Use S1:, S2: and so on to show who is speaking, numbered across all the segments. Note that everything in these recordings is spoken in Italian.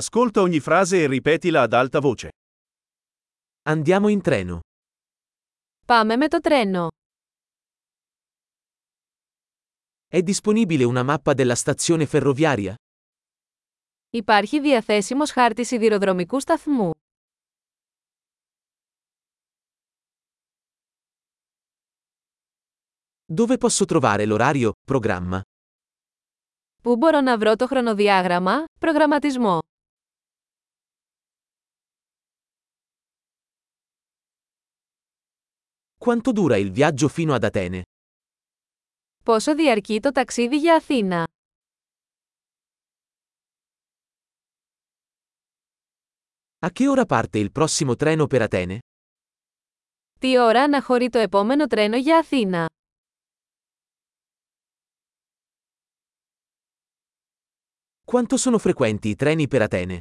S1: Ascolta ogni frase e ripetila ad alta voce.
S2: Andiamo in treno.
S3: Πάμε με το τρένο.
S2: È disponibile una mappa della stazione ferroviaria?
S3: Υπάρχει διαθέσιμος χάρτης σιδηροδρομικού σταθμού.
S2: Dove posso trovare l'orario, programma?
S3: Πού μπορώ να βρω το χρονοδιάγραμμα, προγραμματισμό.
S2: Quanto dura il viaggio fino ad Atene?
S3: Πόσο διαρκεί το ταξίδι για Αθήνα.
S2: A che ora parte il prossimo treno per Atene?
S3: Τι ώρα αναχωρεί το επόμενο τρένο για Αθήνα.
S2: Quanto sono frequenti i treni per Atene?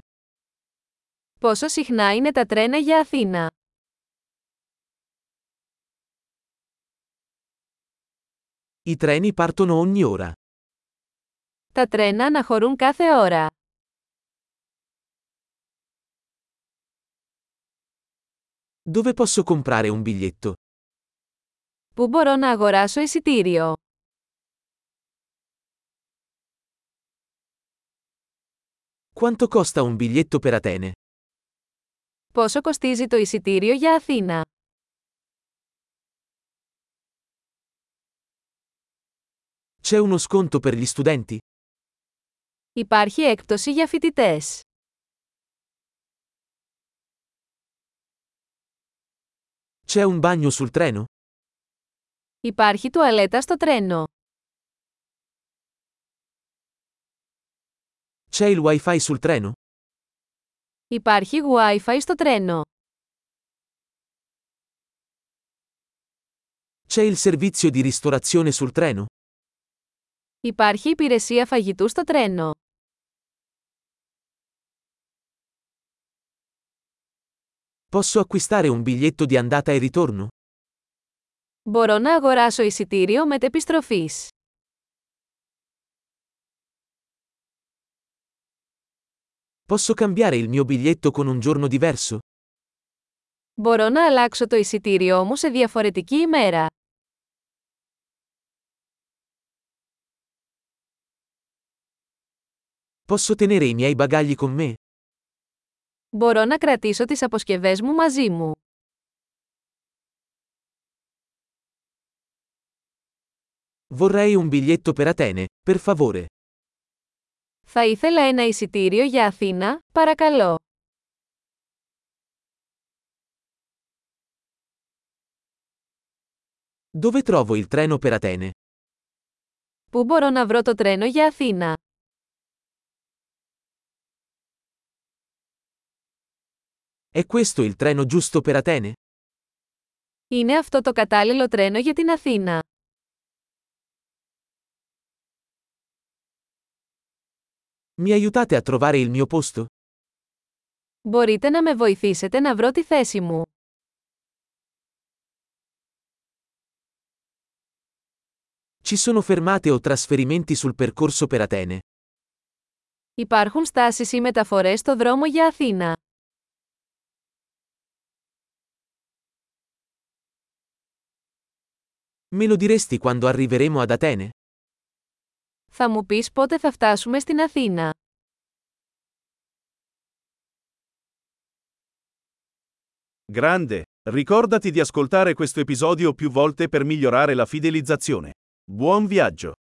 S3: Πόσο συχνά είναι τα τρένα για Αθήνα.
S2: I treni partono ogni ora.
S3: Τα τρένα αναχωρούν κάθε ώρα.
S2: Dove posso comprare un biglietto?
S3: Πού μπορώ να αγοράσω εισιτήριο.
S2: Quanto costa un biglietto per Atene?
S3: Πόσο κοστίζει το εισιτήριο για Αθήνα.
S2: C'è uno sconto per gli studenti?
S3: Υπάρχει έκπτωση για φοιτητές.
S2: C'è un bagno sul treno?
S3: Υπάρχει τουαλέτα στο τρένο.
S2: C'è il wifi sul treno?
S3: Υπάρχει Wi-Fi στο τρένο.
S2: C'è il servizio di ristorazione sul treno?
S3: Υπάρχει υπηρεσία φαγητού στο τρένο.
S2: Posso acquistare un biglietto di andata e ritorno?
S3: Μπορώ να αγοράσω εισιτήριο μετεπιστροφής.
S2: Posso cambiare il mio biglietto con un giorno diverso?
S3: Μπορώ να αλλάξω το εισιτήριό μου σε διαφορετική ημέρα.
S2: Posso tenere i miei bagagli con me?
S3: Μπορώ να κρατήσω τις αποσκευές μου μαζί μου.
S2: Vorrei un biglietto per Atene, per favore.
S3: Θα ήθελα ένα εισιτήριο για Αθήνα, παρακαλώ.
S2: Dove trovo il treno per Atene?
S3: Πού μπορώ να βρω το τρένο για Αθήνα.
S2: È questo il treno giusto per Atene?
S3: Είναι αυτό το κατάλληλο τρένο για την Αθήνα.
S2: Mi aiutate a trovare il mio posto?
S3: Μπορείτε να με βοηθήσετε να βρω τη θέση μου.
S2: Ci sono fermate o trasferimenti sul percorso per Atene?
S3: Υπάρχουν στάσεις ή μεταφορές στο δρόμο για Αθήνα.
S2: Me lo diresti quando arriveremo ad Atene?
S3: Θα μου πεις πότε θα φτάσουμε στην Αθήνα.
S1: Grande. Ricordati di ascoltare questo episodio più volte per migliorare la fidelizzazione. Buon viaggio!